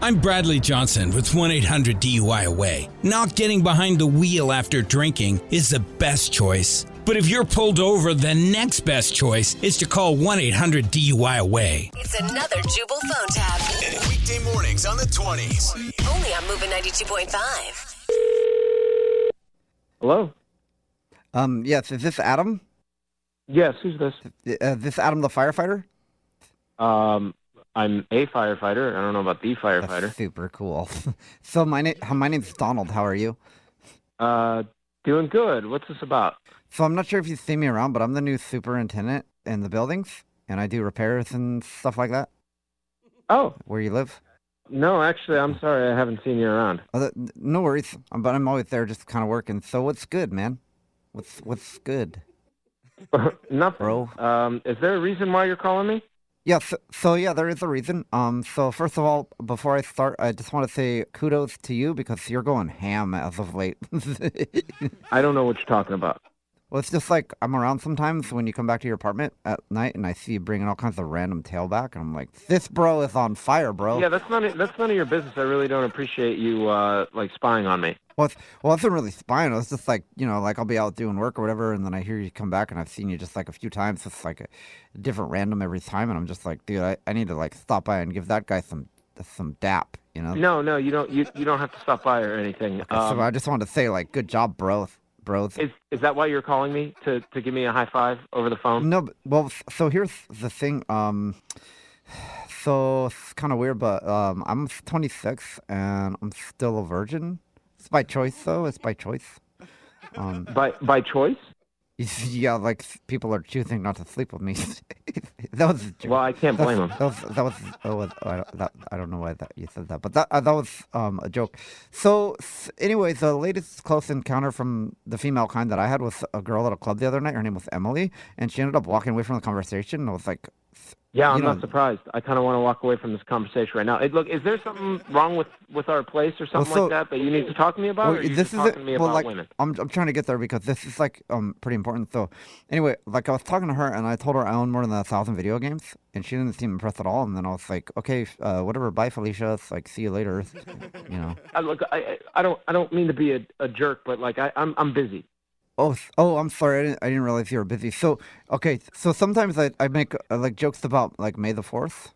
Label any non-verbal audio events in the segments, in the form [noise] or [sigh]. I'm Bradley Johnson with 1 800 DUI Away. Not getting behind the wheel after drinking is the best choice. But if you're pulled over, the next best choice is to call 1 800 DUI Away. It's another Jubal phone tab. Weekday mornings on the 20s. Only on Moving 92.5. Hello? Um, yes, is this Adam? Yes, who's this? Uh, this Adam the firefighter? Um, I'm a firefighter. I don't know about the That's [laughs] firefighter. super cool. so my name, my name's Donald. How are you? Uh, doing good. What's this about? So I'm not sure if you see me around, but I'm the new superintendent in the buildings, and I do repairs and stuff like that Oh, where you live. no, actually, I'm sorry. I haven't seen you around. Uh, th- no worries, um, but I'm always there, just kind of working. So what's good, man? What's what's good? Nothing. Bro. Um, is there a reason why you're calling me? Yeah, so, so yeah, there is a reason. Um, so first of all, before I start, I just want to say kudos to you because you're going ham as of late. [laughs] I don't know what you're talking about. Well, it's just like I'm around sometimes when you come back to your apartment at night and I see you bringing all kinds of random tailback, and I'm like, this bro is on fire, bro. Yeah, that's none. Of, that's none of your business. I really don't appreciate you uh, like spying on me. Well, it's, well, it's not really spying. It's just like, you know, like I'll be out doing work or whatever, and then I hear you come back, and I've seen you just like a few times. It's like a different random every time, and I'm just like, dude, I, I need to like stop by and give that guy some some dap, you know? No, no, you don't. You, you don't have to stop by or anything. Um. Okay, so Um, I just wanted to say, like, good job, bro. Bros. is is that why you're calling me to to give me a high five over the phone? No, but, well, s- so here's the thing. Um, so it's kind of weird, but um, I'm 26 and I'm still a virgin. It's by choice, though. It's by choice. [laughs] Um, By by choice? yeah, like s- people are choosing not to sleep with me. [laughs] that was a joke. Well, I can't blame That's- them. That was that was, that was I, don't, that, I don't know why that you said that, but that uh, that was um, a joke. So s- anyway, the latest close encounter from the female kind that I had was a girl at a club the other night. Her name was Emily, and she ended up walking away from the conversation. And I was like, s- Yeah, I'm you not know, surprised. I kind of want to walk away from this conversation right now. Hey, look, is there something wrong with with our place or something so- like that that you need to talk to me about? well, or are you this just is talking to it. me well, about like women? I'm I'm trying to get there because this is like um pretty important. So anyway, like I was talking to her and I told her I own more than a thousand video games, and she didn't seem impressed at all. And then I was like, okay, f- uh, whatever, bye, Felicia. It's like see you later. You [laughs] know. I, Uh, look, I I I don't I don't mean to be a, a jerk, but like I I'm I'm busy. Oh, s- oh, I'm sorry. I didn't, I didn't realize you were busy. So, okay. So sometimes I, I make uh, like jokes about like May the 4th.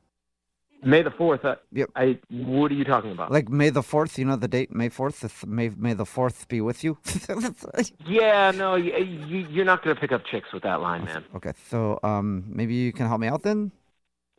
May the fourth. I, Yep. I what are you talking about? Like May the 4th, you know the date, May 4th? It's May, May the 4th be with you. [laughs] yeah, no, you, you you're not gonna pick up chicks with that line, man. okay. So, um, maybe you can help me out then?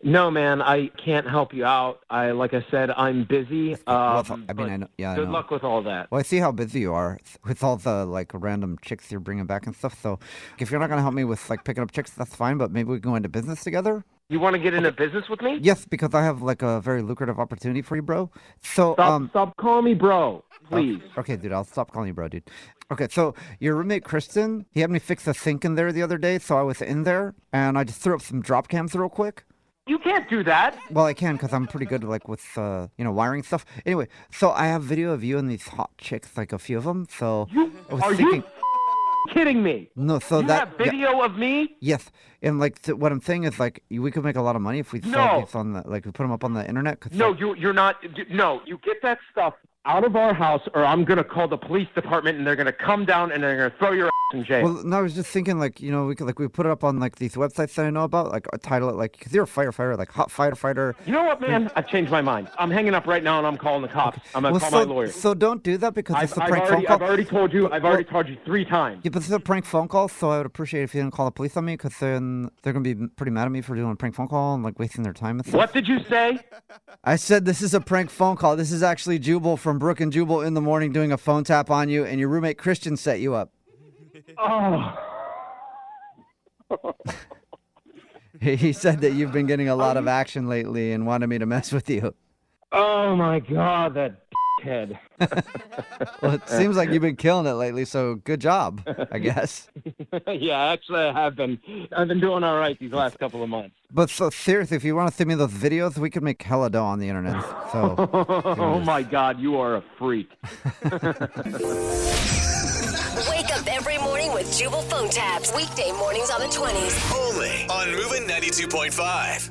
No, man, I can't help you out. I like I said, I'm busy. Um, Well, I mean, but I know- yeah, I Good know. luck with all that. Well, I see how busy you are s- with all the like random chicks you're bringing back and stuff. So, if you're not going to help me with like picking up chicks, that's fine, but maybe we can go into business together? You want to get into business with me? Yes, because I have like a very lucrative opportunity for you, bro. So, Stop, um, stop calling me bro, please. Okay, dude, I'll stop calling you bro, dude. Okay, so your roommate Kristen, he had me fix a sink in there the other day, so I was in there and I just threw up some drop cams real quick. You can't do that. Well, I can because I'm pretty good like with uh, you know wiring stuff. Anyway, so I have video of you and these hot chicks, like a few of them. So I was Are thinking, you kidding me? no, so you that have yeah, video of me? yes, and like th- what I'm saying is like we could make a lot of money if we No. sell these on the like we put them up on the internet. 'cause, No, like- you you're not. you- No, you get that stuff out of our house, or I'm gonna call the police department, and they're gonna come down and they're gonna throw your ass in jail. Well, no, I was just thinking, like, you know, we could, like, we put it up on, like, these websites that I know about, like, uh, title it, like, because you're a firefighter, like, hot firefighter, you know what, man? I've changed my mind. I'm hanging up right now, and I'm calling the cops. I'm gonna Well, call so, my lawyer. so don't do that because it's I've, a I've prank phone already, call. I've already told you. I've already told you three times. yeah, but this is a prank phone call, so I would appreciate if you didn't call the police on me because then they're gonna be m- pretty mad at me for doing a prank phone call and like wasting their time. And stuff. What did you say? I said this is a prank phone call. This is actually Jubal from Brook and Jubal in the morning doing a phone tap on you, and your roommate Christian set you up. Oh, He [laughs] he said that you've been getting a lot of action lately and wanted me to mess with you. oh my God, that head. Well, it seems like you've been killing it lately, so good job, I guess. [laughs] yeah, actually, I have been. I've been doing all right these last couple of months. [laughs] But so seriously, if you want to send me those videos, we could make hella dough on the internet. So. oh my God, you are a freak. Wake up every morning with Jubal phone tabs. Weekday mornings on the 20s. Only on Moving 92.5.